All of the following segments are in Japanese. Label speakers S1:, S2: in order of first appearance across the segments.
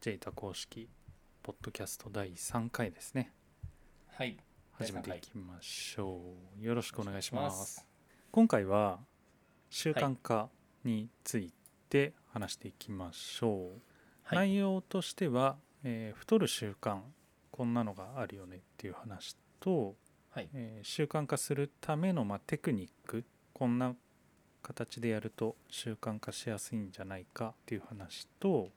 S1: ジェイタ公式ポッドキャスト第3回ですね
S2: はい。
S1: 始めていきましょうよろしくお願いし
S2: お願
S1: ま
S2: いし
S1: す
S2: ます
S1: 今回は習慣化について話していきましょう、
S2: はい
S1: 内容としては、えー太る習慣こんなのがあるよねっていう話と、
S2: はい。
S1: えー習慣化するための、まあ、テクニックこんな形でやると習慣化しやすいんじゃないかっていう話と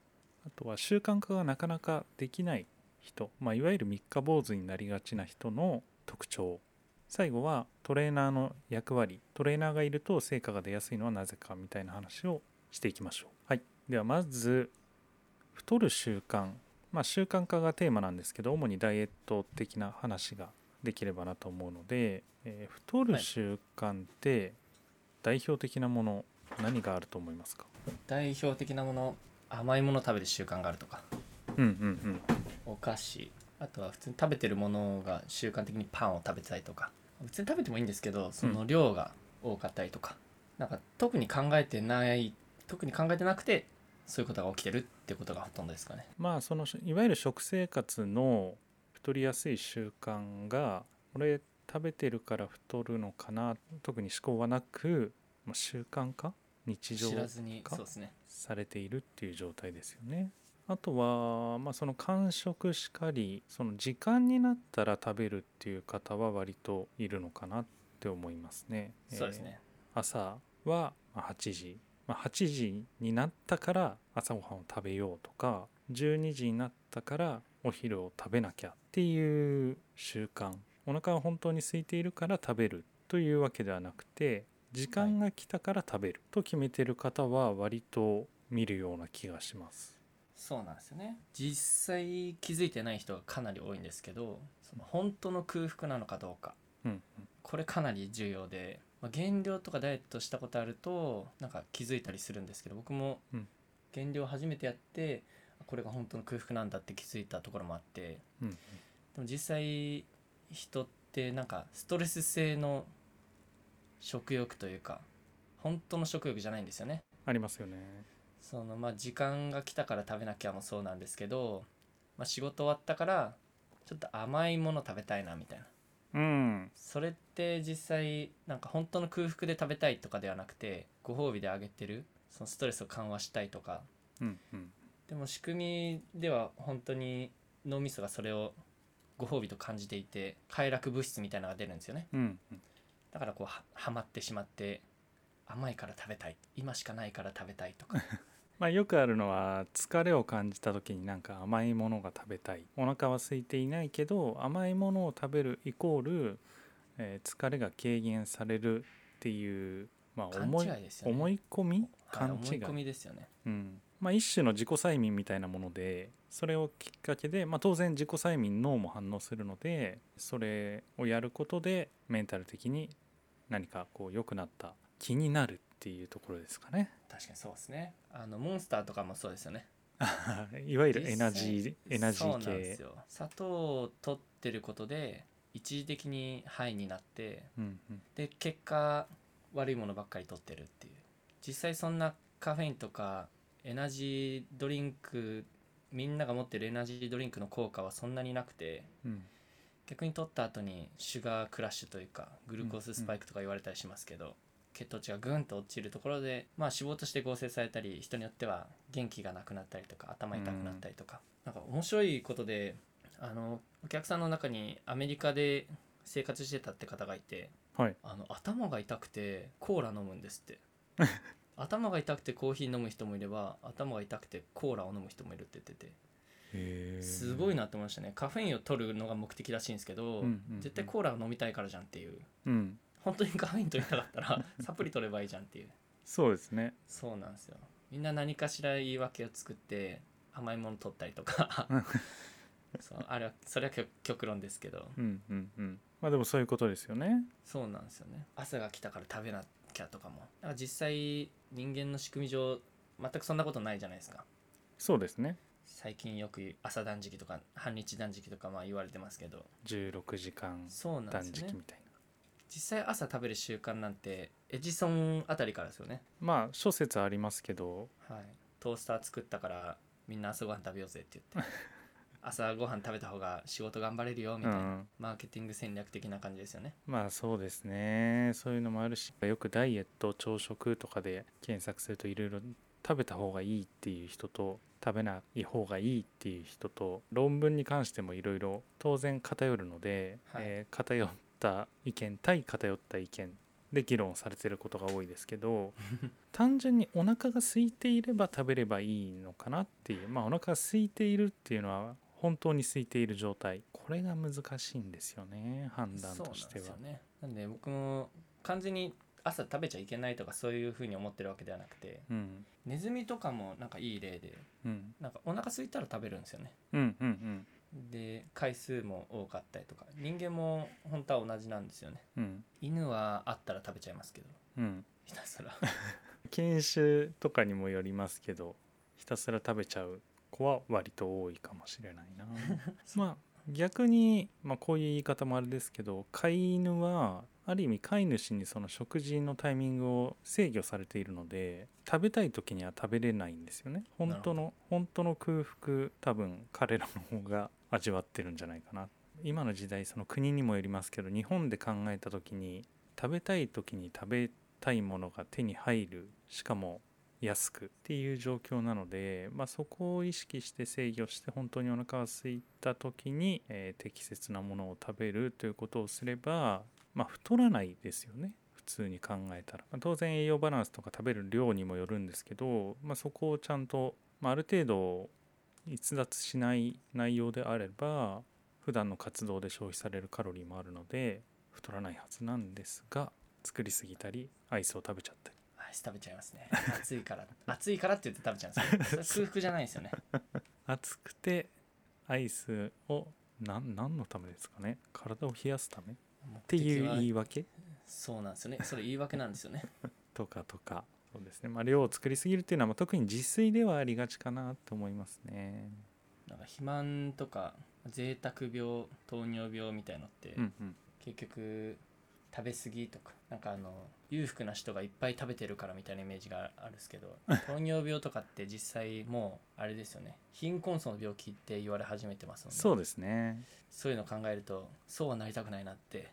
S1: あとは習慣化がなかなかできない人、まあ、いわゆる三日坊主になりがちな人の特徴最後はトレーナーの役割トレーナーがいると成果が出やすいのはなぜかみたいな話をしていきましょう、はい、ではまず太る習慣、まあ、習慣化がテーマなんですけど主にダイエット的な話ができればなと思うので、えー太る習慣って代表的なもの何があると思いますか
S2: 代表的なもの、甘いもの食べる習慣があるとか、
S1: うんうん
S2: お菓子、あとは普通に食べてるものが習慣的にパンを食べてたりとか、別に食べてもいいんですけど、その量が多かったりとか、なんか特に考えてない、特に考えてなくて、そういうことが起きてるってことがほとんどですかね。
S1: まあそのいわゆる食生活の太りやすい習慣が俺食べてるから太るのかな特に思考はなく、まあ、習慣化日常
S2: 知らずに、
S1: か
S2: そうですね。
S1: されているっていう状態ですよね。あとは、まあ、その間食しかりその時間になったら食べるっていう方は割といるのかなって思いますね。
S2: そうです
S1: え
S2: ね。
S1: ー朝はまあ8時、まあ、8時になったから朝ごはんを食べようとか12時になったからお昼を食べなきゃっていう習慣お腹は本当に空いているから食べるというわけではなくて時間が来たから食べると決めてる方は割と見るような気がします。
S2: そうなんですよね実際気づいてない人がかなり多いんですけどその本当の空腹なのかどうか
S1: うん
S2: これかなり重要で、まあ、減量とかダイエットしたことあるとなんか気づいたりするんですけど僕も
S1: うん
S2: 減量初めてやってこれが本当の空腹なんだって気づいたところもあって
S1: うんうん
S2: でも実際人ってなんかストレス性の食欲というか本当の食欲じゃないんですよね
S1: ありますよね。
S2: そのまあ時間が来たから食べなきゃもそうなんですけど、まあ、仕事終わったからちょっと甘いもの食べたいなみたいな
S1: うん、
S2: それって実際なんか本当の空腹で食べたいとかではなくてご褒美であげてるそのストレスを緩和したいとか
S1: うんうん
S2: でも仕組みでは本当に脳みそがそれをご褒美と感じていて快楽物質みたいなのが出るんですよね
S1: うんうん
S2: だからこうははまってしまって甘いから食べたい今しかないから食べたいとか
S1: まあ、よくあるのは疲れを感じた時になんか甘いものが食べたいお腹は空いていないけど甘いものを食べるイコール、えー疲れが軽減されるっていう、まあ、
S2: 勘
S1: 思い
S2: 違いですよね
S1: 思い込み
S2: はい
S1: 勘
S2: 思い
S1: 違い、
S2: 込みですよね
S1: うんまあ、一種の自己催眠みたいなものでそれをきっかけで、まあ、当然自己催眠脳も反応するのでそれをやることでメンタル的に何かこう良くなった気になるっていうところですかね。
S2: 確かにそうですねあのモンスターとかもそうですよね
S1: いわゆるエナジー
S2: 実際
S1: エナジ
S2: そう
S1: ー
S2: なんです
S1: 系
S2: よ砂糖を取ってることで一時的にハイになって
S1: うんうん
S2: で結果悪いものばっかり取ってるっていう実際そんなカフェインとかエナジードリンクみんなが持ってるエナジードリンクの効果はそんなになくて
S1: うん
S2: 逆に取った後にシュガークラッシュというかグルコーススパイクとか言われたりしますけど、血糖値がぐんと落ちるところで、まあ、脂肪として合成されたり人によっては元気がなくなったりとか頭痛くなったりとか、なんか面白いことであのお客さんの中にアメリカで生活してたって方がいて
S1: はい
S2: あの頭が痛くてコーラ飲むんです って頭が痛くてコーヒー飲む人もいれば頭が痛くてコーラを飲む人もいるって言っててすごい
S1: な、
S2: なと思いましたねカフェインを取るのが目的らしいんですけど、
S1: うんうんうん
S2: 絶対コーラを飲みたいからじゃんっていう
S1: うん、
S2: 本当にカフェイン取りたかっ たらサプリ取ればいいじゃんっていう
S1: そうですね
S2: そうなんですよみんな何かしら言い訳を作って甘いもの取ったり とかそうあれはそれは極極論ですけど
S1: うんうんうんまあでもそういうことですよね
S2: そうなんですよね朝が来たから食べなきゃとかもだから実際人間の仕組み上全くそんなことないじゃないですか
S1: そうですね
S2: 最近よく朝断食とか半日断食とかまあ言われてますけど
S1: 16時間
S2: そうなんで
S1: 断
S2: す
S1: 食
S2: よね
S1: みたいな、
S2: 実際朝食べる習慣なんてエジソンあたりからですよね
S1: まあ諸説ありますけど
S2: はいトースター作ったからみんな朝ごはん食べようぜって 言って朝ごはん食べた方が仕事頑張れるよ
S1: う
S2: みたいな、
S1: ん、
S2: マーケティング戦略的な感じですよね
S1: まあそうですねそういうのもあるしよくダイエット朝食とかで検索するといろいろ食べた方がいいっていう人と食べない方がいいっていう人と論文に関してもいろいろ当然偏るので、
S2: はい
S1: えー偏った意見対偏った意見で議論されてることが多いですけ ど単純にお腹が空いていれば食べればいいのかなっていうまあお腹が空いているっていうのは本当に空いている状態これが難しいんですよね判断
S2: そう
S1: と
S2: なんで
S1: して
S2: す
S1: は
S2: よ。ねなんで僕も完全に朝食べちゃいけないとかそういうふうに思ってるわけではなくて
S1: うん
S2: ネズミとかもなんかいい例で
S1: うん
S2: なんかお腹空いたら食べるんですよね
S1: うんうんうん
S2: で回数も多かったりとか人間も本当は同じなんですよね
S1: うん
S2: 犬はあったら食べちゃいますけど
S1: うん
S2: ひたすら
S1: 犬種とかにもよりますけどひたすら食べちゃう子は割と多いかもしれないなまあ逆に、まあ、こういう言い方もあれですけど飼い犬はある意味飼い主にその食事のタイミングを制御されているので食べたい時には食べれないんですよね本当の本当の空腹多分彼らの方が味わってるんじゃないかな今の時代その国にもよりますけど日本で考えた時に食べたい時に食べたいものが手に入るしかも安くっていう状況なので、まあ、そこを意識して制御して本当にお腹が空いた時に、えー適切なものを食べるということをすれば、まあ、太らないですよね普通に考えたら、まあ当然栄養バランスとか食べる量にもよるんですけど、まあ、そこをちゃんと、まあ、ある程度逸脱しない内容であれば普段の活動で消費されるカロリーもあるので太らないはずなんですが作りすぎたりアイスを食べちゃったり
S2: アイス食べちゃいますね暑 いから暑いからって言って食べちゃうんですよそれ空腹じゃないんですよね
S1: 暑くてアイスをなん何のためですかね体を冷やすため っ
S2: って
S1: いう言
S2: い
S1: い訳
S2: そうなんですよねそれ言い訳なんですよね
S1: とかとかそうですね、まあ、量を作りすぎるっていうのはまあ特に自炊ではありがちかなと思いますね。
S2: なんか肥満とか贅沢病糖尿病みたいのって、
S1: うんうん
S2: 結局食べ過ぎとかなんかあの裕福な人がいっぱい食べてるからみたいなイメージがあるんですけ ど糖尿病とかって実際もうあれですよね貧困層の病気って言われ始めてますので
S1: そうですね。
S2: そういうのを考えるとそうはなりたくないなって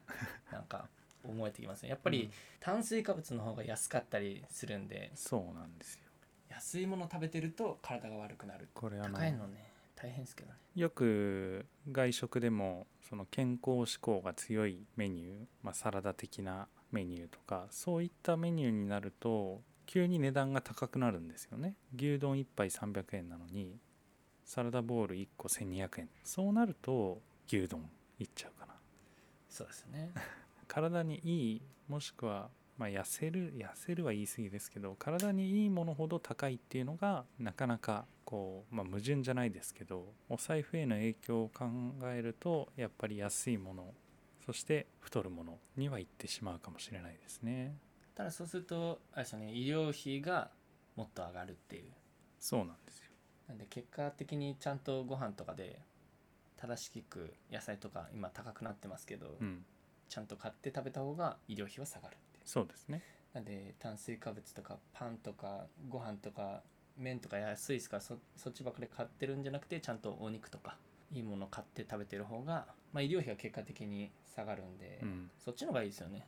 S2: なんか思えてきますねやっぱ
S1: う
S2: り
S1: ん
S2: 炭水化物の方が安かったりするんで
S1: そうなんですよ。
S2: 安いもの食べてると体が悪くなる
S1: これあの
S2: 高いのね大変ですけどね
S1: よく外食でもその健康志向が強いメニュー、まあ、サラダ的なメニューとかそういったメニューになると急に値段が高くなるんですよね牛丼1杯300円なのにサラダボウル1個1200円そうなると牛丼いっちゃうかな
S2: そうですね
S1: 体にいいもしくは、まあ、痩せる痩せるは言い過ぎですけど体にいいものほど高いっていうのがなかなかこう、まあ、矛盾じゃないですけどお財布への影響を考えるとやっぱり安いものそして太るものにはいってしまうかもしれないですね。
S2: ただそうするとあれですよね医療費がもっと上がるっていう
S1: そうなんですよ。
S2: なんで結果的にちゃんとご飯とかで正しく野菜とか今高くなってますけど、
S1: うん、
S2: ちゃんと買って食べた方が医療費は下がるっていう
S1: そうですね。
S2: なんで炭水化物とかパンとかご飯とか麺とか安いですからそそっちばっかり買ってるんじゃなくてちゃんとお肉とかいいもの買って食べてる方が、まあ、医療費は結果的に下がるんで、
S1: うん、
S2: そっちの方がいいですよね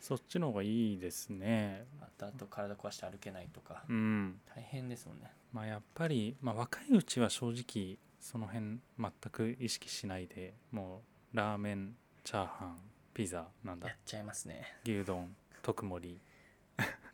S1: そっちの方がいいですね。
S2: あとあと体壊して歩けないとか、
S1: うん。
S2: 大変ですもんね
S1: まあ、やっぱり、まあ、若いうちは正直その辺全く意識しないでもうラーメンチャーハンピザなん
S2: や
S1: だ
S2: っちゃいますね
S1: 牛丼特盛り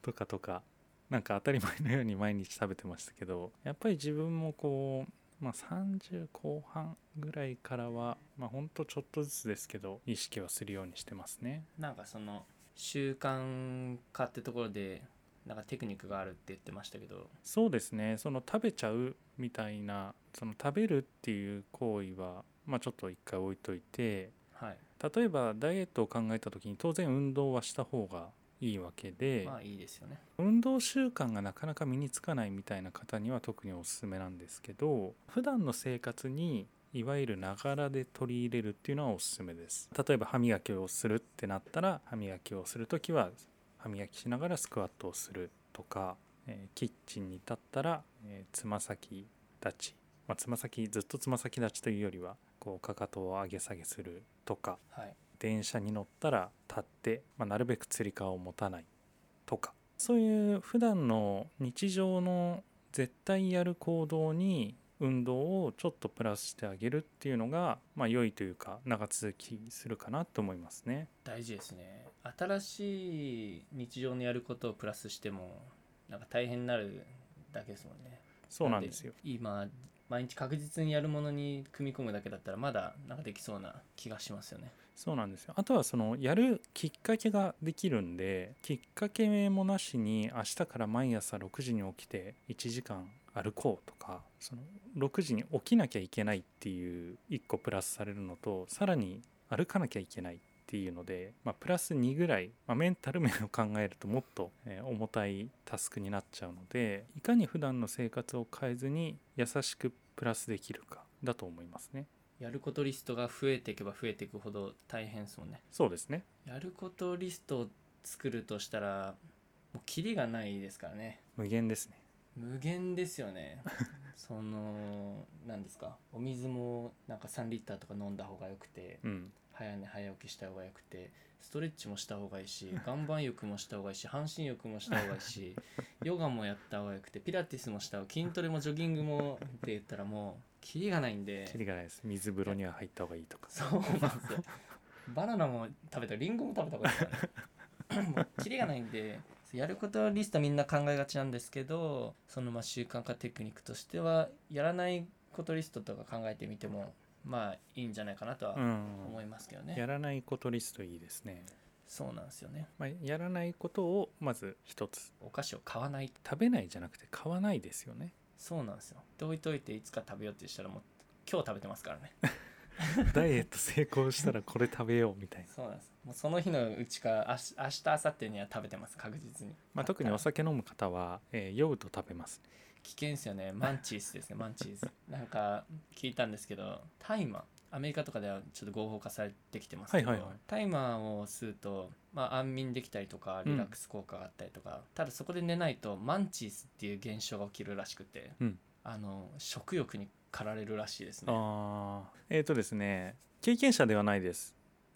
S1: とかとかなんか当たり前のように毎日食べてましたけどやっぱり自分もこう、まあ、30後半ぐらいからは、まあ、ほんとちょっとずつですけど意識はするようにしてますね。
S2: なんかその習慣化ってところでなんかテクニックがあるって言ってましたけど
S1: そうですねその食べちゃうみたいなその食べるっていう行為は、まあ、ちょっと一回置いといて
S2: はい
S1: 例えばダイエットを考えた時に当然運動はした方がいいわけで、
S2: まあいいですよね
S1: 運動習慣がなかなか身につかないみたいな方には特におすすめなんですけど普段の生活にいわゆるながらで取り入れるっていうのはおすすめです例えば歯磨きをするってなったら歯磨きをする時は歯磨きしながらスクワットをするとか、えーキッチンに立ったら、えーつま先立ち、まあ、つま先ずっとつま先立ちというよりはこうかかとを上げ下げするとか
S2: はい
S1: 電車に乗ったら立って、まあ、なるべくつり革を持たないとかそういう普段の日常の絶対やる行動に運動をちょっとプラスしてあげるっていうのが、まあ、良いというか長続きするかなと思いますね。
S2: 大事ですね新しい日常のやることをプラスしてもなんか大変になるだけですもんね
S1: そうなんですよ。
S2: で今毎日確実にやるものに組み込むだけだったらまだなんかできそうな気がしますよね
S1: そうなんですよあとはそのやるきっかけができるんできっかけもなしに明日から毎朝6時に起きて1時間歩こうとかその6時に起きなきゃいけないっていう1個プラスされるのとさらに歩かなきゃいけないっていうので、まあ、プラス2ぐらい、まあ、メンタル面を考えるともっと、えー重たいタスクになっちゃうのでいかに普段の生活を変えずに優しくプラスできるかだと思いますね。
S2: やることリストが増えていけば増えていくほど大変ですもんね
S1: そうですね
S2: やることリストを作るとしたらもうキリがないですからね
S1: 無限ですね。
S2: 無限です よねその何ですかお水もなんか3リッターとか飲んだ方がよくて
S1: うん
S2: 早寝早起きした方がよくてストレッチもした方がいいし岩盤浴もした方がいいし半身浴もした方が いいしヨガもやった方がよくてピラティスもした方が筋トレもジョギングもって言ったらもうキリがないんで
S1: キリがないです水風呂には入った方がいいとか
S2: そうなんですよバナナも食べたリンゴも食べた方がいいからねもうキリがないんでやることリストみんな考えがちなんですけどそのまあ習慣化テクニックとしてはやらないことリストとか考えてみてもまあいいんじゃないかなとは
S1: うん
S2: 思いますけどね、
S1: やらないことリストいいですね、
S2: そうなんですよね
S1: まあ、やらないことをまず一つ
S2: お菓子を買わない
S1: 食べないじゃなくて買わないですよ ね
S2: そうなんですよで置いといていつか食べようってしたらもう今日食べてますからね
S1: ダイエット成功したらこれ食べようみたいな、
S2: そうなんですもうその日のうちかあし明日明後日には食べてます確実に
S1: まあ、特にお酒飲む方は、えー酔うと食べますね
S2: 危険ですよねマンチーズですねマンチ ーズなんか聞いたんですけど大麻アメリカとかではちょっと合法化されてきてますけど
S1: はいはいはい
S2: 大麻、を吸うと、まあ、安眠できたりとかリラックス効果があったりとか、ただそこで寝ないとマンチーズっていう現象が起きるらしくて、
S1: うん
S2: あの食欲に駆られるらしいですね
S1: ああえっ、とですね経験者ではないです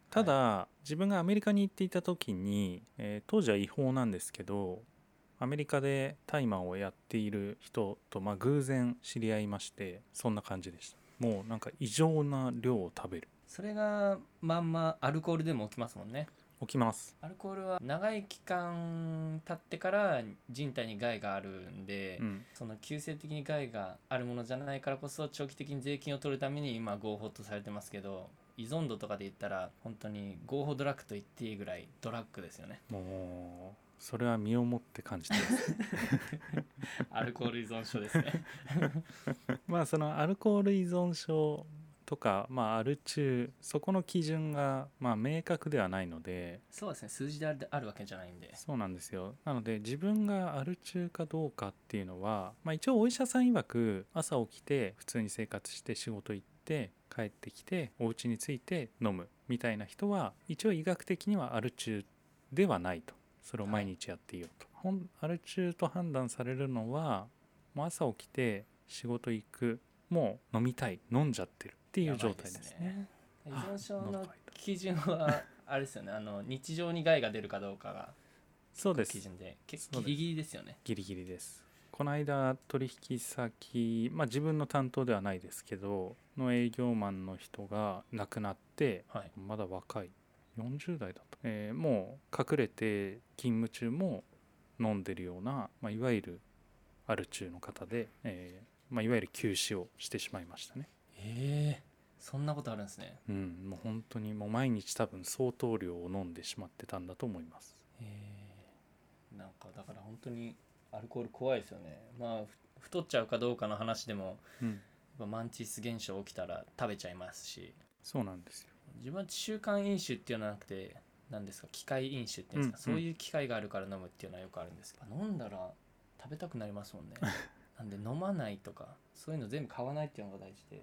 S1: ただ、自分がアメリカに行っていた時に、えー当時は違法なんですけどアメリカで大麻をやっている人と、まあ、偶然知り合いましてそんな感じでしたもうなんか異常な量を食べる
S2: それがまんまアルコールでも起きますもんね
S1: 起きます
S2: アルコールは長い期間経ってから人体に害があるんで、
S1: うん
S2: その急性的に害があるものじゃないからこそ長期的に税金を取るために今合法とされてますけど依存度とかで言ったら本当に合法ドラッグと言っていいぐらいドラッグですよね
S1: もうそれは身をもって感じてます
S2: アルコール依存症ですね
S1: まあそのアルコール依存症とか、まあ、アル中そこの基準が、まあ、明確ではないので
S2: そうですね数字であるあるわけじゃないんで
S1: そうなんですよなので自分がアル中かどうかっていうのは、まあ、一応お医者さん曰く朝起きて普通に生活して仕事行って帰ってきてお家に着いて飲むみたいな人は一応医学的にはアル中ではないとそれを毎日やっていようと、ほんアル中と判断されるのはもう朝起きて仕事行くもう飲みたい飲んじゃってるっていう状態ですね
S2: 依存症
S1: あ喉
S2: の
S1: 渇いた
S2: 基準はあれですよねあの日常に害が出るかどうかが
S1: そうです
S2: 基準で結
S1: そう
S2: 構
S1: です
S2: ギリギリですよね
S1: ギリギリですこの間取引先、まあ、自分の担当ではないですけどの営業マンの人が亡くなって
S2: はい
S1: まだ若い40代だと、えーもう隠れて勤務中も飲んでるような、まあ、いわゆるアル中の方で、えーまあ、いわゆる休止をしてしまいましたね
S2: ええそんなことあるんですね
S1: うんもう本当にもう毎日多分相当量を飲んでしまってたんだと思います
S2: えーなんかだから本当にアルコール怖いですよねまあふ太っちゃうかどうかの話でもやっ
S1: うん
S2: ぱマンチス現象起きたら食べちゃいますし
S1: そうなんですよ
S2: 自分は習慣飲酒っていうのはなくて何ですか機械飲酒っていうんですか、
S1: うんうん
S2: そういう機会があるから飲むっていうのはよくあるんですけど飲んだら 食べたくなりますもんねなんで飲まないとかそういうの全部買わないっていうのが大事で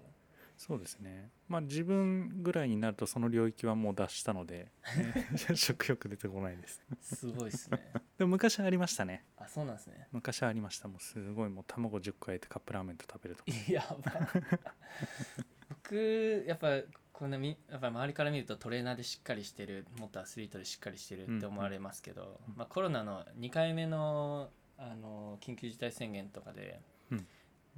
S1: そうですねまあ自分ぐらいになるとその領域はもう脱したの で、ね食欲出てこないです
S2: すごいですね
S1: でも昔はありましたね
S2: あそうなんですね
S1: 昔はありましたもうすごいもう卵10個焼いてカップラーメンと食べるとか
S2: やばい僕やっぱこんなみやっぱ周りから見るとトレーナーでしっかりしてるもっとアスリートでしっかりしてるって思われますけど、
S1: うん
S2: まあ、コロナの2回目のあの緊急事態宣言とかで,、
S1: うん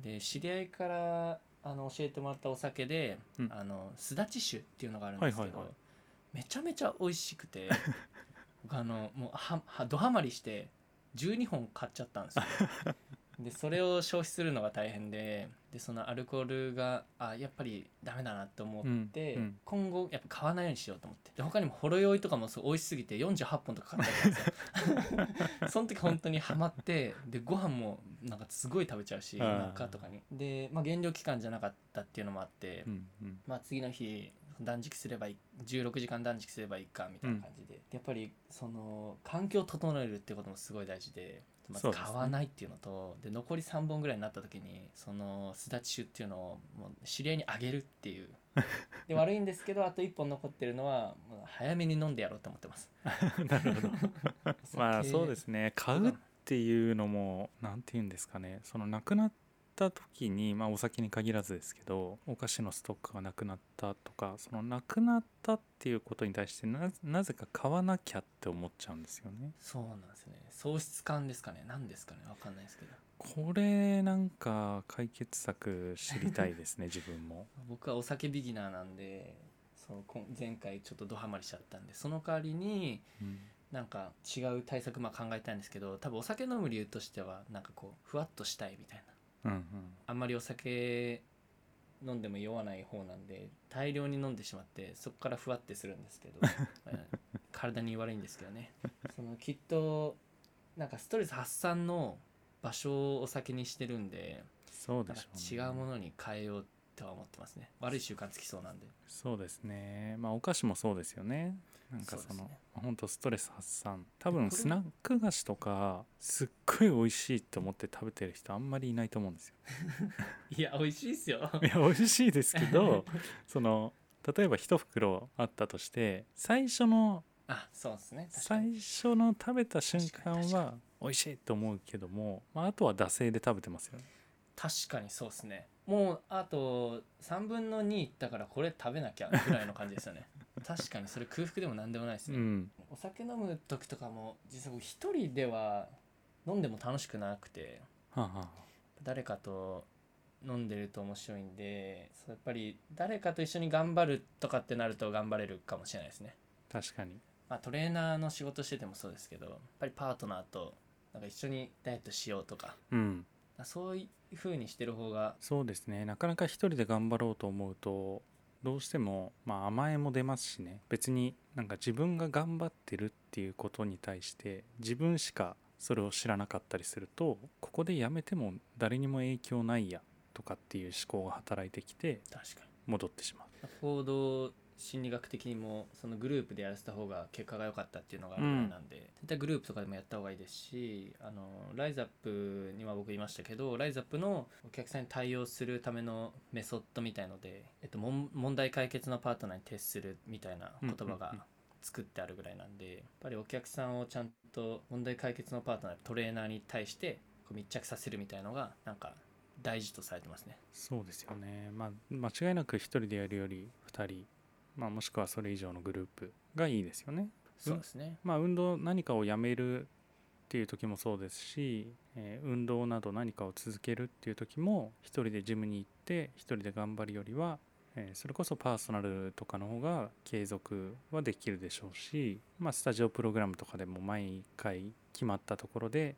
S2: で知り合いからあの教えてもらったお酒で、
S1: うん
S2: あのすだち酒っていうのがあるんですけど、
S1: はいはいはい
S2: めちゃめちゃ美味しくて僕あのもうははドハマりして12本買っちゃったん ですよ。でそれを消費するのが大変ででそのアルコールがあやっぱりダメだなと思って、
S1: うんうん
S2: 今後やっぱ買わないようにしようと思ってで他にもほろ酔いとかもそう美味しすぎて48本とか買っちゃったん ですよその時本当にハマってでご飯もなんかすごい食べちゃうし
S1: あー
S2: 中とかにで、まあ、減量期間じゃなかったっていうのもあって、
S1: うんうん
S2: まあ、次の日断食すればいい16時間断食すればいいかみたいな感じで、やっぱりその環境を整えるってこともすごい大事でまず
S1: そうですね
S2: 買わないっていうのとで、残り3本ぐらいになった時にそのすだち酒っていうのをもう知り合いにあげるって いうで悪いんですけどあと1本残ってるのはもう早めに飲んでやろうと思ってます
S1: なるほど まあそうですすね買うっていうのも何て言うんですかねそのなくなった時に、まあ、お酒に限らずですけどお菓子のストックがなくなったとかそのなくなったっていうことに対してななぜか買わなきゃって思っちゃうんですよね。
S2: そうなんですね喪失感ですかね何ですかね分かんないですけど
S1: これなんか解決策知りたいです ね自分も。
S2: 僕はお酒ビギナーなんでそうこん前回ちょっとドハマりしちゃったんでその代わりに
S1: うん
S2: なんか違う対策まあ考えたいんですけど多分お酒飲む理由としてはなんかこうふわっとしたいみたいな
S1: うんうん
S2: あんまりお酒飲んでも酔わない方なんで大量に飲んでしまってそこからふわってするんですけ どえー体に悪いんですけどねそのきっとなんかストレス発散の場所をお酒にしてるんで
S1: そうで
S2: なんか
S1: しょう、
S2: 違うものに変えようとは思ってますね悪い習慣つきそうなんで
S1: そうですねまあお菓子もそうですよねなんか
S2: そう
S1: そ
S2: です
S1: の
S2: ね
S1: ほんとストレス発散多分
S2: これ
S1: スナック菓子とかすっごい美味しいって思って食べてる人あんまりいないと思うんですよ
S2: いや美味しいですよ
S1: いや美味しいですけ どその例えば一袋あったとして最初の
S2: あそうですね確かに
S1: 最初の食べた瞬間
S2: 確かに
S1: は美味しいと思うけども、まあ、あとは惰性で食べてますよね
S2: 確かにそうですねもうあと3分の2いったからこれ食べなきゃぐらいの感じです よね確かにそれ空腹でも何でもないです
S1: う
S2: ね、
S1: ん
S2: お酒飲む時とかも実は僕一人では飲んでも楽しくなくて
S1: はあはあ
S2: 誰かと飲んでると面白いんでそうやっぱり誰かと一緒に頑張るとかってなると頑張れるかもしれないですね
S1: 確かに
S2: まあ、トレーナーの仕事しててもそうですけどやっぱりパートナーとなんか一緒にダイエットしようとか
S1: うん
S2: そういう風にしてる方が
S1: そうですねなかなか一人で頑張ろうと思うとどうしても、まあ、甘えも出ますしね別になんか自分が頑張ってるっていうことに対して自分しかそれを知らなかったりするとここでやめても誰にも影響ないやとかっていう思考が働いてきて
S2: 確かに
S1: 戻ってしまう。
S2: 行動心理学的にもそのグループでやらせた方が結果が良かったっていうのがあるぐらいなんで、絶対グループとかでもやった方がいいですしあのライザップには僕いましたけどライザップのお客さんに対応するためのメソッドみたいので、えっと、もん問題解決のパートナーに徹するみたいな言葉
S1: うんうんうん
S2: が作ってあるぐらいなんで、やっぱりお客さんをちゃんと問題解決のパートナートレーナーに対してこう密着させるみたいのがなんか大事とされてますね。
S1: そうですよね、まあ、間違いなく一人でやるより2人、まあ、もしくはそれ以上のグループがいいですよね。
S2: そうですね、
S1: まあ、運動何かをやめるっていう時もそうですし、えー運動など何かを続けるっていう時も一人でジムに行って一人で頑張るよりは、えーそれこそパーソナルとかの方が継続はできるでしょうし、まあ、スタジオプログラムとかでも毎回決まったところで、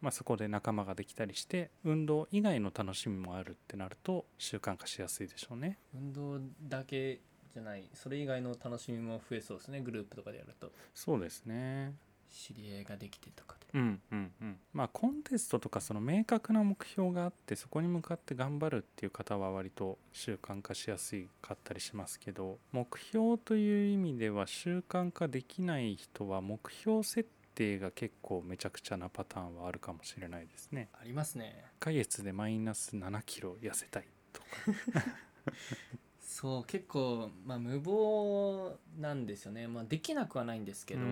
S1: まあ、そこで仲間ができたりして運動以外の楽しみもあるってなると習慣化しやすいでしょうね。
S2: 運動だけじゃないそれ以外の楽しみも増えそうですねグループとかでやると
S1: そうですね
S2: 知り合いができてとか
S1: う
S2: で
S1: んうんうん、まあコンテストとかその明確な目標があってそこに向かって頑張るっていう方は割と習慣化しやすいかったりしますけど目標という意味では習慣化できない人は目標設定が結構めちゃくちゃなパターンはあるかもしれないですね。
S2: ありますね
S1: 1ヶ月でマイナス7キロ痩せたいとか
S2: そう結構、まあ、無謀なんですよね、まあ、できなくはないんですけど、
S1: うん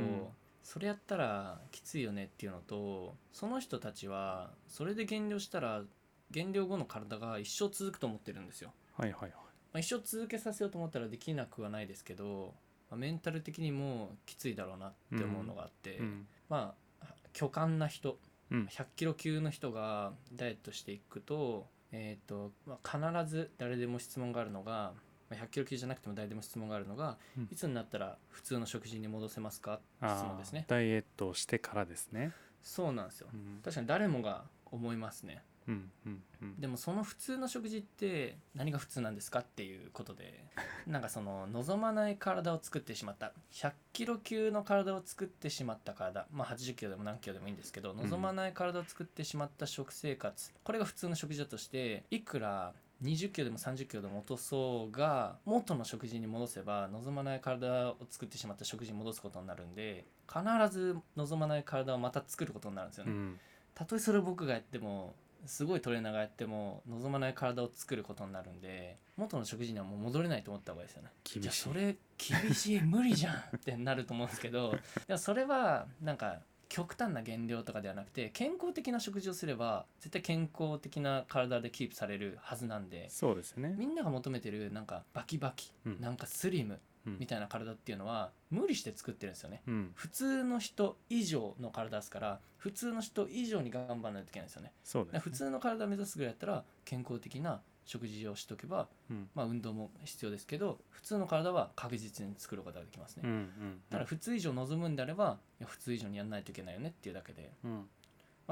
S2: それやったらきついよねっていうのとその人たちはそれで減量したら減量後の体が一生続くと思ってるんですよ、
S1: はいはいはい
S2: まあ、一生続けさせようと思ったらできなくはないですけど、まあ、メンタル的にもきついだろうなって思うのがあって、
S1: うん
S2: まあ巨漢な人
S1: うん
S2: 100キロ級の人がダイエットしていくと,、えーとまあ、必ず誰でも質問があるのが、まあ、100キロ級じゃなくても誰でも質問があるのが、
S1: うん
S2: いつになったら普通の食事に戻せますかって質
S1: あ
S2: 問です
S1: ー
S2: ね
S1: ダイエットをしてからですね
S2: そうなんですよ
S1: うん
S2: 確かに誰もが思いますね
S1: うんうんうん
S2: でもその普通の食事って何が普通なんですかっていうこ とでなんかその望まない体を作ってしまった100キロ級の体を作ってしまった体まあ80キロでも何キロでもいいんですけど望まない体を作ってしまった食生活、これが普通の食事だとしていくら20キロでも30キロでも落とそうが元の食事に戻せば望まない体を作ってしまった食事に戻すことになるんで必ず望まない体をまた作ることになるんですよ
S1: う
S2: ね。
S1: ん
S2: たとえそれを僕がやってもすごいトレーナーがやっても望まない体を作ることになるんで元の食事にはもう戻れないと思った方がいいですよね
S1: 厳しい
S2: じゃあそれ厳しい無理じゃんってなると思うんですけど でもそれはなんか極端な減量とかではなくて健康的な食事をすれば絶対健康的な体でキープされるはずなんで
S1: そうですね
S2: みんなが求めてるなんかバキバキ、
S1: うん
S2: なんかスリム
S1: うん
S2: みたいな体っていうのは無理して作ってるんですよね
S1: うん
S2: 普通の人以上の体ですから普通の人以上に頑張らないといけないんですよね
S1: そう
S2: だ
S1: ですね
S2: から普通の体を目指すぐらいやったら健康的な食事をしとけば、
S1: うん
S2: まあ、運動も必要ですけど普通の体は確実に作ることができますね、
S1: うんうん
S2: だから普通以上望むんであればいや普通以上にやらないといけないよねっていうだけで、
S1: うん
S2: ま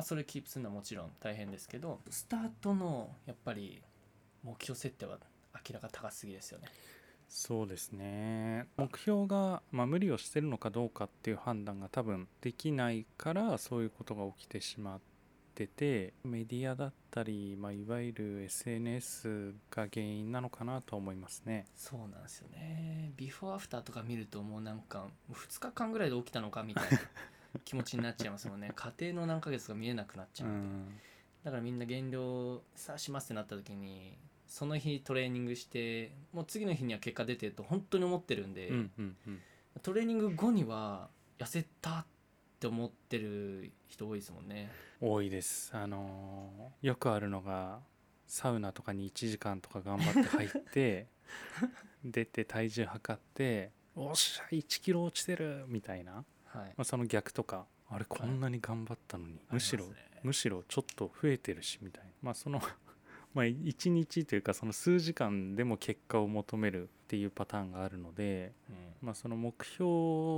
S2: あ、それキープするのはもちろん大変ですけどスタートのやっぱり目標設定は明らか高すぎですよね
S1: そうですね目標が、まあ、無理をしてるのかどうかっていう判断が多分できないからそういうことが起きてしまっててメディアだったり、まあ、いわゆる SNS が原因なのかなと思いますね。
S2: そうなんですよねビフォーアフターとか見るともうなんか2日間ぐらいで起きたのかみたいな気持ちになっちゃいますも んね家庭の何ヶ月が見えなくなっち
S1: う
S2: ゃうんで、
S1: ん
S2: だからみんな減量さあしますってなった時にその日トレーニングしてもう次の日には結果出てると本当に思ってるんで、
S1: うんうんうん
S2: トレーニング後には痩せたって思ってる人多いですもんね
S1: 多いです、あのーよくあるのがサウナとかに1時間とか頑張って入って 出て体重測って「おっしゃ1キロ落ちてる!」みたいな
S2: はい
S1: まあ、その逆とかあれこんなに頑張ったのに、むしろ、
S2: ありますね
S1: むしろちょっと増えてるしみたいな、まあ、その まあ1日というかその数時間でも結果を求めるっていうパターンがあるので、
S2: うん
S1: まあ、その目標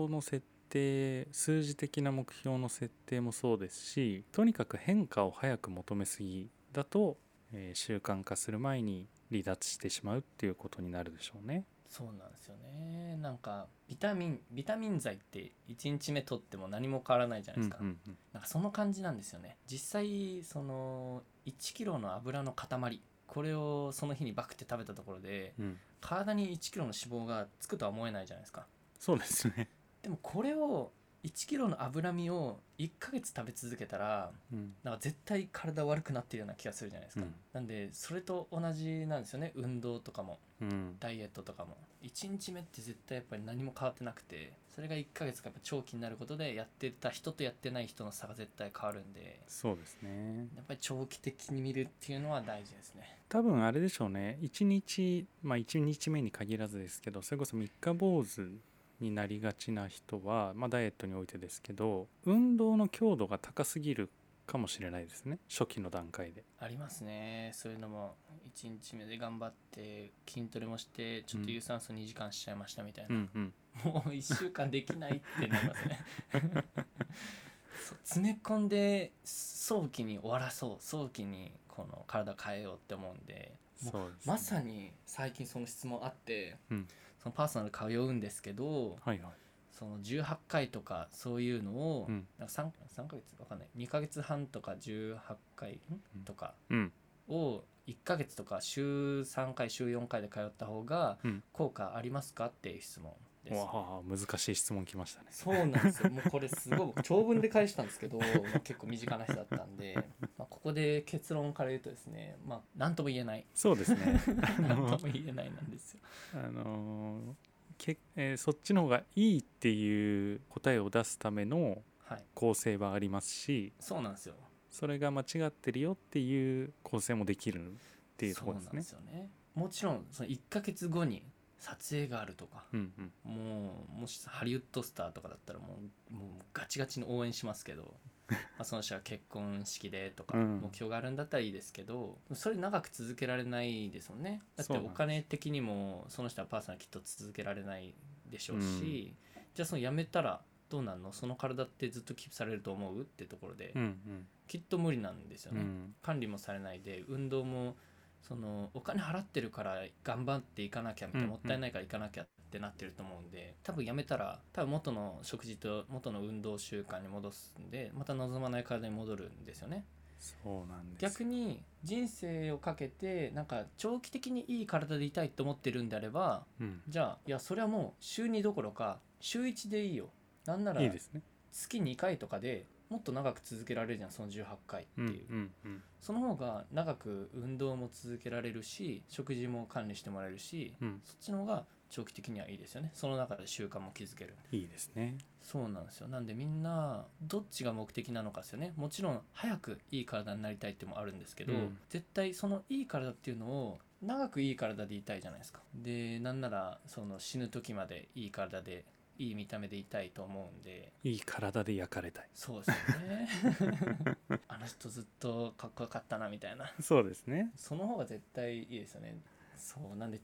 S1: の設定数字的な目標の設定もそうですしとにかく変化を早く求めすぎだと、えー習慣化する前に離脱してしまうっていうことになるでしょうね。
S2: そうなんですよねなんかビタミンビタミン剤って1日目取っても何も変わらないじゃな
S1: う
S2: い
S1: ん
S2: で
S1: う
S2: すか、
S1: んうん
S2: なんかその感じなんですよね実際その1キロの油の塊これをその日にバクって食べたところで
S1: うん、
S2: 体に1キロの脂肪がつくとは思えないじゃないですか
S1: そうですね。
S2: でもこれを1キロの脂身を1ヶ月食べ続けたら
S1: うん
S2: なんか絶対体悪くなってるような気がするじゃないですか、
S1: うん
S2: なんでそれと同じなんですよね運動とかも
S1: うん
S2: ダイエットとかも1日目って絶対やっぱり何も変わってなくてそれが1ヶ月かやっぱ長期になることでやってた人とやってない人の差が絶対変わるんで
S1: そうですね。
S2: やっぱり長期的に見るっていうのは大事ですね
S1: 多分あれでしょうね1日まあ1日目に限らずですけどそれこそ三日坊主になりがちな人は、まあ、ダイエットにおいてですけど運動の強度が高すぎるかもしれないですね初期の段階で
S2: ありますねそういうのも1日目で頑張って筋トレもしてちょっと有酸素2時間しちゃいましたみたいな、
S1: うんうん
S2: もう1週間できないってなります ねそう詰め込んで早期に終わらそう早期にこの体変えようって思うんで
S1: そうですね
S2: まさに最近その質問あって、
S1: うん
S2: そのパーソナル通うんですけど
S1: はいはい
S2: その18回とかそういうのを、
S1: うん
S2: なんか 3, 3ヶ月わかんない2ヶ月半とか18回
S1: うん
S2: とか
S1: うん
S2: を1ヶ月とか週3回週4回で通った方が
S1: うん
S2: 効果ありますかっていう質問です。
S1: わあ難しい質問きましたね
S2: そうなんですよもうこれすごい僕長文で返したんですけど、まあ結構身近な人だったんで、まあ、ここで結論から言うとですねまあ何とも言 えない
S1: そうですねあ
S2: 何
S1: の
S2: とも言えないなんですよ。
S1: あのけえーそっちの方がいいっていう答えを出すための
S2: はい
S1: 構成はありますし
S2: そうなんですよ。
S1: それが間違ってるよっていう構成もできるっていうところですね。
S2: そうなんですよねもちろんその1ヶ月後に撮影があるとか、
S1: うんうん
S2: もうもしハリウッドスターとかだったらもうもうガチガチに応援します けどまあその人は結婚式でとか
S1: うん
S2: 目標があるんだったらいいですけど、それ長く続けられないですもんねだっ
S1: そ
S2: て
S1: うなん
S2: お
S1: です
S2: 金的にもその人はパーソナルきっと続けられないでしょうし、じゃあその辞めたらどうなんのその体ってずっとキープされると思うってところで、
S1: うん
S2: きっと無理なんですよ
S1: うんう
S2: ね。
S1: ん
S2: 管理もされないで運動もそのお金払ってるから頑張っていかなきゃみたいな、
S1: うん
S2: もったいないから行かなきゃってなってると思うんで多分やめたら多分元の食事と元の運動習慣に戻すんでまた望まない体に戻るんですよね
S1: そうなんです
S2: 逆に人生をかけてなんか長期的にいい体でいたいと思ってるんであれば
S1: うん
S2: じゃあいやそれはもう週2どころか週1でいいよなんなら
S1: いいですね。
S2: 月2回とかでもっと長く続けられるじゃんその18回って
S1: う
S2: い
S1: ん
S2: う、
S1: うんうん
S2: その方が長く運動も続けられるし食事も管理してもらえるし
S1: うん、
S2: そっちの方が長期的にはいいですよねその中で習慣も築ける
S1: いいですね。
S2: そうなんですよなんでみんなどっちが目的なのかですよねもちろん早くいい体になりたいってもあるんですけど、
S1: うん
S2: 絶対そのいい体っていうのを長くいい体でいたいじゃないですかでなんならその死ぬ時までいい体でいい見た目でいたいと思うんで
S1: いい体で焼かれたい。
S2: そうですよ ねあの人ずっとかっこよかったなみたいな
S1: そうですね。
S2: その方が絶対いいですよねそうなんで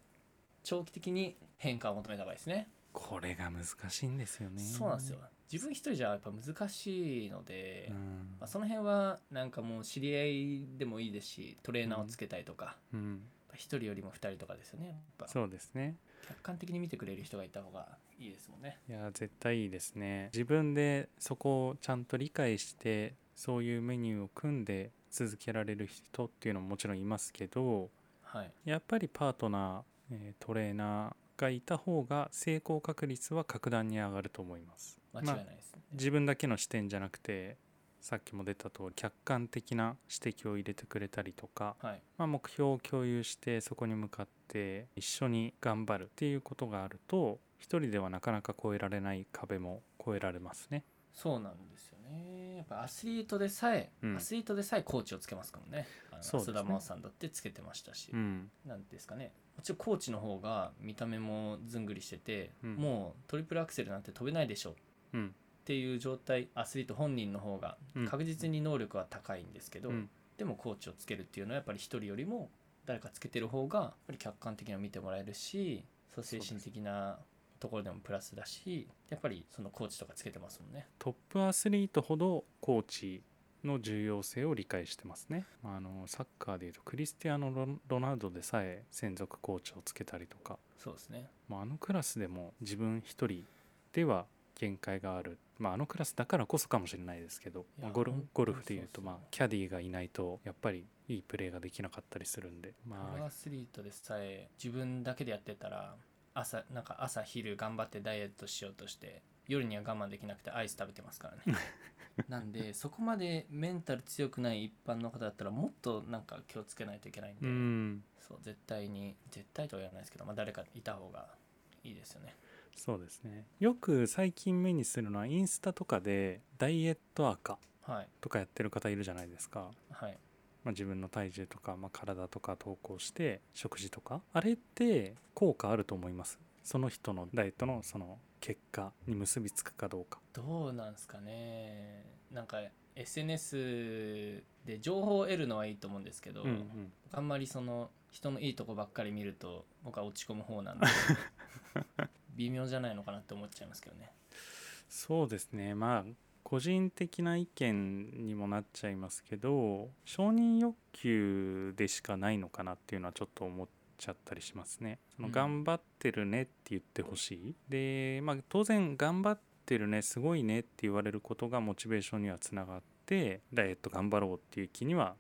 S2: 長期的に変化を求めた場合ですね
S1: これが難しいんですよね。
S2: そうなんですよ。自分一人じゃやっぱ難しいので、
S1: うん
S2: まあ、その辺はなんかもう知り合いでもいいですしトレーナーをつけたりとか
S1: うん、
S2: 一、人よりも二人とかですよねやっぱ
S1: そうですね。
S2: 客観的に見てくれる人がいた方がいいですもんね
S1: いや絶対いいですね自分でそこをちゃんと理解してそういうメニューを組んで続けられる人っていうのももちろんいますけど
S2: はい
S1: やっぱりパートナー、えートレーナーがいた方が成功確率は格段に上がると思います
S2: 間違いない
S1: まあ
S2: ですね、
S1: 自分だけの視点じゃなくてさっきも出た通り客観的な指摘を入れてくれたりとか、
S2: はい
S1: まあ、目標を共有してそこに向かって一緒に頑張るっていうことがあると一人ではなかなか越えられない壁も越えられますね。
S2: そうなんですよねやっぱアスリートでさえ、
S1: うん
S2: アスリートでさえコーチをつけますからねあの
S1: そうです
S2: 浅
S1: ね
S2: 田真央さんだってつけてましたし、
S1: うん、
S2: なんですかねもちろんコーチの方が見た目もずんぐりしてて、
S1: うん
S2: もうトリプルアクセルなんて飛べないでしょっ
S1: うん、
S2: ていう状態アスリート本人の方が
S1: うん
S2: 確実に能力は高いんですけど、
S1: うん
S2: でもコーチをつけるっていうのはやっぱり一人よりも誰かつけてる方がやっぱり客観的には見てもらえるしそう精神的なところでもプラスだしやっぱりそのコーチとかつけてますもんね。
S1: トップアスリートほどコーチの重要性を理解してますね。まああのサッカーでいうとクリスティアーノ・ロロナウドでさえ専属コーチをつけたりとか、
S2: そうですね
S1: まあ、あのクラスでも自分一人では限界がある、まあ、あのクラスだからこそかもしれないですけど、
S2: い
S1: ま
S2: や
S1: あゴル
S2: 本当に
S1: ゴルフでいうと
S2: そうそう
S1: まあキャディーがいないとやっぱりいいプレーができなかったりするんで、ま
S2: プロ
S1: あ
S2: ア、スリートでさえ自分だけでやってたら朝なんか朝昼頑張ってダイエットしようとして夜には我慢できなくてアイス食べてま すからねなんでそこまでメンタル強くない一般の方だったらもっとなんか気をつけないといけないん
S1: う
S2: で、
S1: ん
S2: そう絶対に絶対とは言わないですけど、まあ、誰かいた方がいいですよね
S1: そうですねよく最近目にするのはインスタとかでダイエット赤
S2: はい
S1: とかやってる方いるじゃないですか、
S2: はい
S1: まあ、自分の体重とか、まあ、体とか投稿して食事とかあれって効果あると思いますその人のダイエットのその結果に結びつくかどうか
S2: どうなんですかねなんか SNS で情報を得るのはいいと思うんですけど、
S1: うんうん
S2: あんまりその人のいいとこばっかり見ると僕は落ち込む方なんで微妙じゃないのかなって思っちゃいますけどね
S1: そうですねまあ個人的な意見にもなっちゃいますけど承認欲求でしかないのかなっていうのはちょっと思っちゃったりしますね。その
S2: うん
S1: 頑張ってるねって言ってほしい。で、まあ、当然頑張ってるねすごいねって言われることがモチベーションにはつながってダイエット頑張ろうっていう気には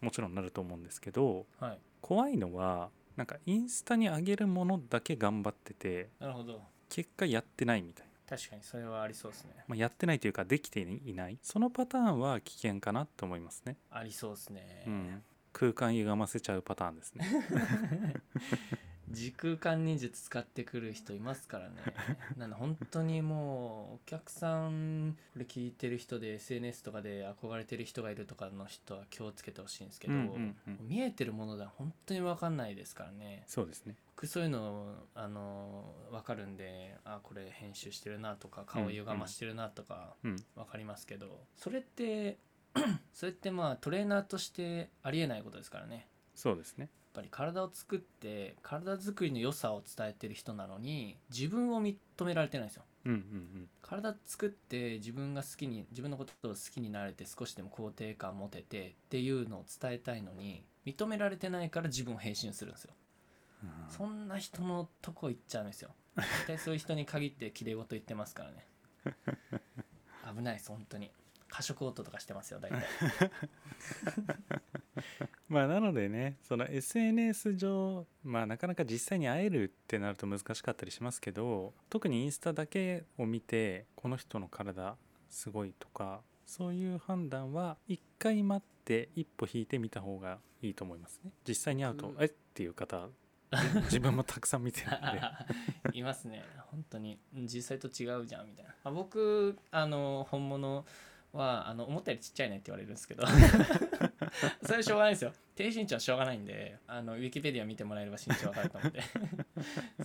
S1: もちろんなると思うんですけど
S2: はい
S1: 怖いのはなんかインスタに上げるものだけ頑張ってて
S2: なるほど
S1: 結果やってないみたいな。
S2: 確かにそれはありそうですね
S1: まあ、やってないというかできていないそのパターンは危険かなと思いますね、
S2: ありそうですね、
S1: うん、空間歪ませちゃうパターンですね
S2: 時空間忍術使ってくる人いますからねなんで本当にもうお客さんこれ聞いてる人で SNS とかで憧れてる人がいるとかの人は気をつけてほしいんです けど、
S1: うんうんうん
S2: 見えてるものだ本当に分かんないですからね
S1: そうですね
S2: 僕そういうのあの分かるんであこれ編集してるなとか顔歪ましてるなとか
S1: うん
S2: 分かりますけど、それって それってまあトレーナーとしてありえないことですからね
S1: そうですね
S2: やっぱり体を作って体作りの良さを伝えてる人なのに自分を認められてないんですよ
S1: うんうん
S2: 体作って自分が好きに自分のことを好きになれて少しでも肯定感持ててっていうのを伝えたいのに認められてないから自分を変身するんですよ
S1: うんうん
S2: そんな人のとこ行っちゃうんですよ絶対そういう人に限ってきれい事言ってますからね危ないです本当に過食オートとかしてますよ大体
S1: まあなのでねその SNS 上まあなかなか実際に会えるってなると難しかったりしますけど特にインスタだけを見てこの人の体すごいとかそういう判断は一回待って一歩引いてみた方がいいと思いますね実際に会うと、
S2: うん
S1: えっていう方自分もたくさん見て るんで
S2: いますね本当にうん実際と違うじゃんみたいなあ僕あの本物はあの思ったよりちっちゃいねって言われるんですけどそれしょうがないんですよ低身長はしょうがないんであのウィキペディア見てもらえれば身長わかると思うんで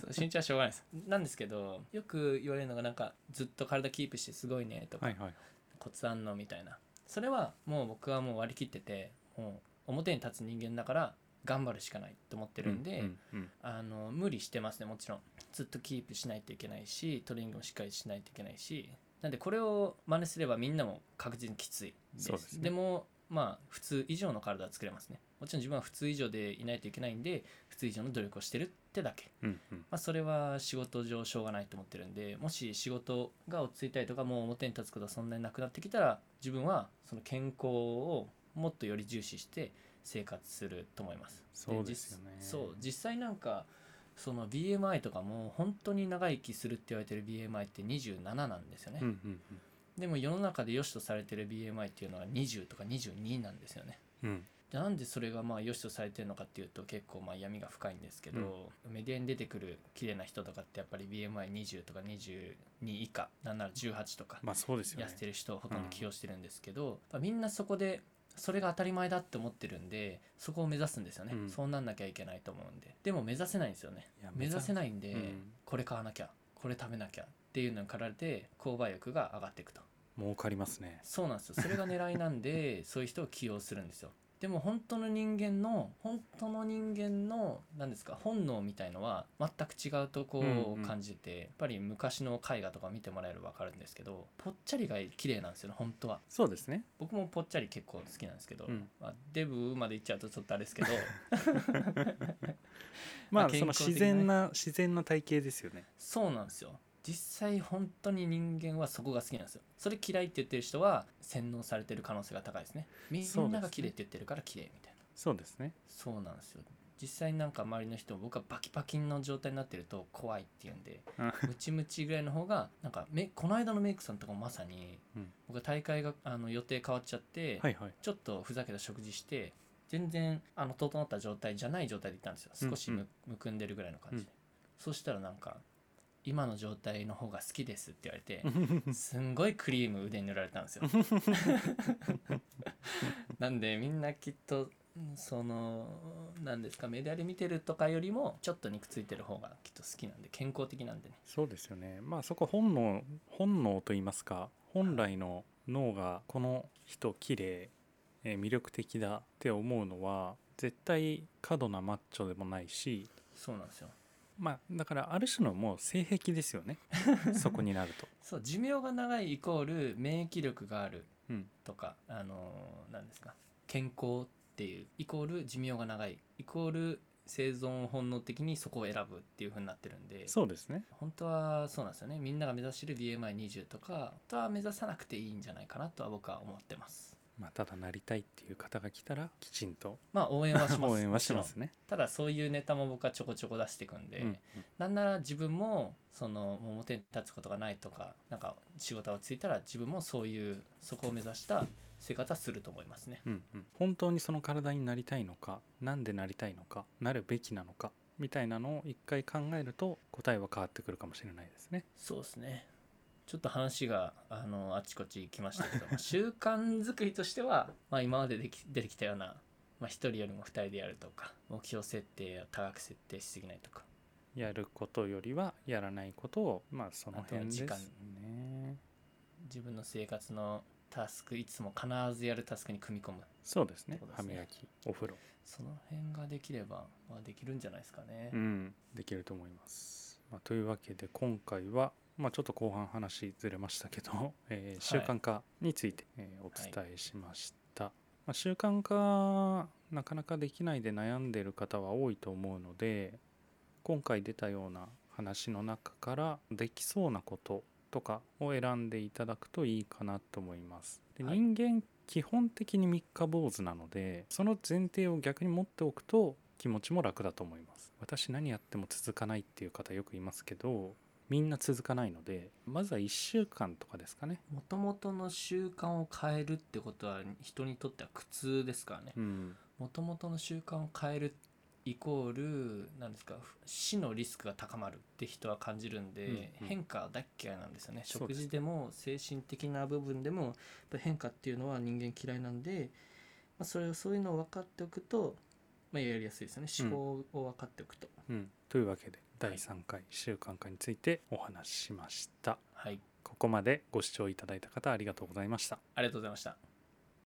S2: そう身長はしょうがないですなんですけどよく言われるのがなんかずっと体キープしてすごいねとか、
S1: はいはい
S2: コツあんのみたいなそれはもう僕はもう割り切っててもう表に立つ人間だから頑張るしかないと思ってるんで、
S1: うんうん
S2: あの無理してますねもちろんずっとキープしないといけないしトレーニングもしっかりしないといけないしなんでこれを真似すればみんなも確実にきついです
S1: そうですね
S2: でもまあ普通以上の体は作れますねもちろん自分は普通以上でいないといけないんで普通以上の努力をしてるってだけ
S1: うんうん
S2: まあ、それは仕事上しょうがないと思ってるんでもし仕事が落ち着いたりとかもう表に立つことはそんなになくなってきたら自分はその健康をもっとより重視して生活すると思います
S1: そうですよね
S2: 実そう実際なんかその BMI とかも本当に長生きするって言われてる BMI って27なんですよね、
S1: うんうん
S2: でも世の中で良しとされてる BMI っていうのは20とか22なんですよね
S1: うんうん
S2: でなんでそれがまあ良しとされてるのかっていうと結構まあ闇が深いんですけど、メディアに出てくる綺麗な人とかってやっぱり BMI20 とか22以下なんなら18とか
S1: まあそうですよね
S2: 痩せてる人をほとんど起用してるんですけど、まあみんなそこでそれが当たり前だって思ってるんでそこを目指すんですよね、
S1: うん
S2: そうなんなきゃいけないと思うんででも目指せないんですよね
S1: いや
S2: 目指せ
S1: ない
S2: ないんで、
S1: うん
S2: これ買わなきゃこれ食べなきゃっていうのに駆られて購買欲が上がっていくと
S1: 儲かりますね
S2: そうなんですよそれが狙いな んでそういう人を起用するんですよでも本当の人間の本当の人間の何ですか本能みたいのは全く違うとこ
S1: うんう
S2: を
S1: ん
S2: 感じて、やっぱり昔の絵画とか見てもらえれば分かるんですけどぽっちゃりが綺麗なんですよね本当は
S1: そうですね
S2: 僕もぽっちゃり結構好きなんですけど、
S1: うん
S2: まあ、デブまでいっちゃうとちょっとあれで すけど
S1: ま
S2: ま
S1: あ
S2: あ
S1: その自然な自然な体型ですよね
S2: そうなんですよ実際本当に人間はそこが好きなんですよそれ嫌いって言ってる人は洗脳されてる可能性が高いですねみんなが綺麗って言ってるから綺麗みたいな
S1: そうですね
S2: そうなんですよ実際なんか周りの人も僕はバキバキの状態になってると怖いって言うんで
S1: うん
S2: ムチムチぐらいの方がなんかめこの間のメイクさんとかもまさに、
S1: うん
S2: 僕は大会があの予定変わっちゃって、
S1: はいはい
S2: ちょっとふざけた食事して全然あの整った状態じゃない状態で行ったんですよ少しむ,、
S1: うんうん
S2: くんでるぐらいの感じで、そしたらなんか「今の状態の方が好きです」って言われてすんごいクリーム腕に塗られたん ですよなんでみんなきっとうんそのなんですかメディアで見てるとかよりもちょっと肉ついてる方がきっと好きなんで健康的なんでね
S1: そうですよねまあそこ本能本能と言いますか本来の脳がこの人綺麗えー魅力的だって思うのは絶対過度なマッチョでもないし
S2: そうなんですよ
S1: まあだからある種のもう性癖ですよ ねそこになると
S2: そう寿命が長いイコール免疫力がある
S1: うん
S2: とか、あのーなんですか健康っていうイコール寿命が長いイコール生存本能的にそこを選ぶっていう風になってるんで
S1: そうですね
S2: 本当はそうなんですよねみんなが目指してる BMI20 とか本当は目指さなくていいんじゃないかなとは僕は思ってます
S1: まあ、ただなりたいっていう方が来たらきちんと
S2: まあ応援はしま す
S1: 応援はしま
S2: もち
S1: すね。
S2: ろんただそういうネタも僕はちょこちょこ出していくんで、
S1: うん
S2: なんなら自分もそのもう表に立つことがないとかなんか仕事がついたら自分もそういうそこを目指した生活はすると思いますね
S1: うんうん、本当にその体になりたいのかなんでなりたいのかなるべきなのかみたいなのを一回考えると答えは変わってくるかもしれないですね。
S2: そうですねちょっと話があのあちこち行きましたけどまあ習慣作りとしては、まあ、今まででき出てきたような、まあ、1人よりも2人でやるとか目標設定を高く設定しすぎないとか
S1: やることよりはやらないことをまあその辺です
S2: あとは時
S1: ね。
S2: 自分の生活のタスクいつも必ずやるタスクに組み込む
S1: そうですね
S2: ってこと
S1: 歯
S2: ですね
S1: 磨きお風呂、
S2: その辺ができれば、まあ、できるんじゃないですかね、
S1: うん、できると思います。まあ、というわけで今回は、まあ、ちょっと後半話ずれましたけど、えー習慣化について、えーお伝えしました。まあ、習慣化なかなかできないで悩んでる方は多いと思うので今回出たような話の中からできそうなこととかを選んでいただくといいかなと思います。で
S2: はい
S1: 人間基本的に三日坊主なのでその前提を逆に持っておくと気持ちも楽だと思います。私何やっても続かないっていう方よくいますけどみんな続かないのでまずは1週間とかですかね。
S2: もともとの習慣を変えるってことは人にとっては苦痛ですからね
S1: うん、
S2: もともとの習慣を変えるイコールなんですかふ死のリスクが高まるって人は感じるんで、
S1: うんうん
S2: 変化大っ嫌いなんですよね
S1: そうで
S2: 食
S1: す
S2: 事でも精神的な部分でもやっぱ変化っていうのは人間嫌いなんで、まあ、それをそういうのを分かっておくと、まあ、やりやすいですよね思考を分かっておくと、
S1: うん、というわけで第3回習慣化についてお話ししました。
S2: はい
S1: ここまでご視聴いただいた方ありがとうございました。
S2: ありがとうございました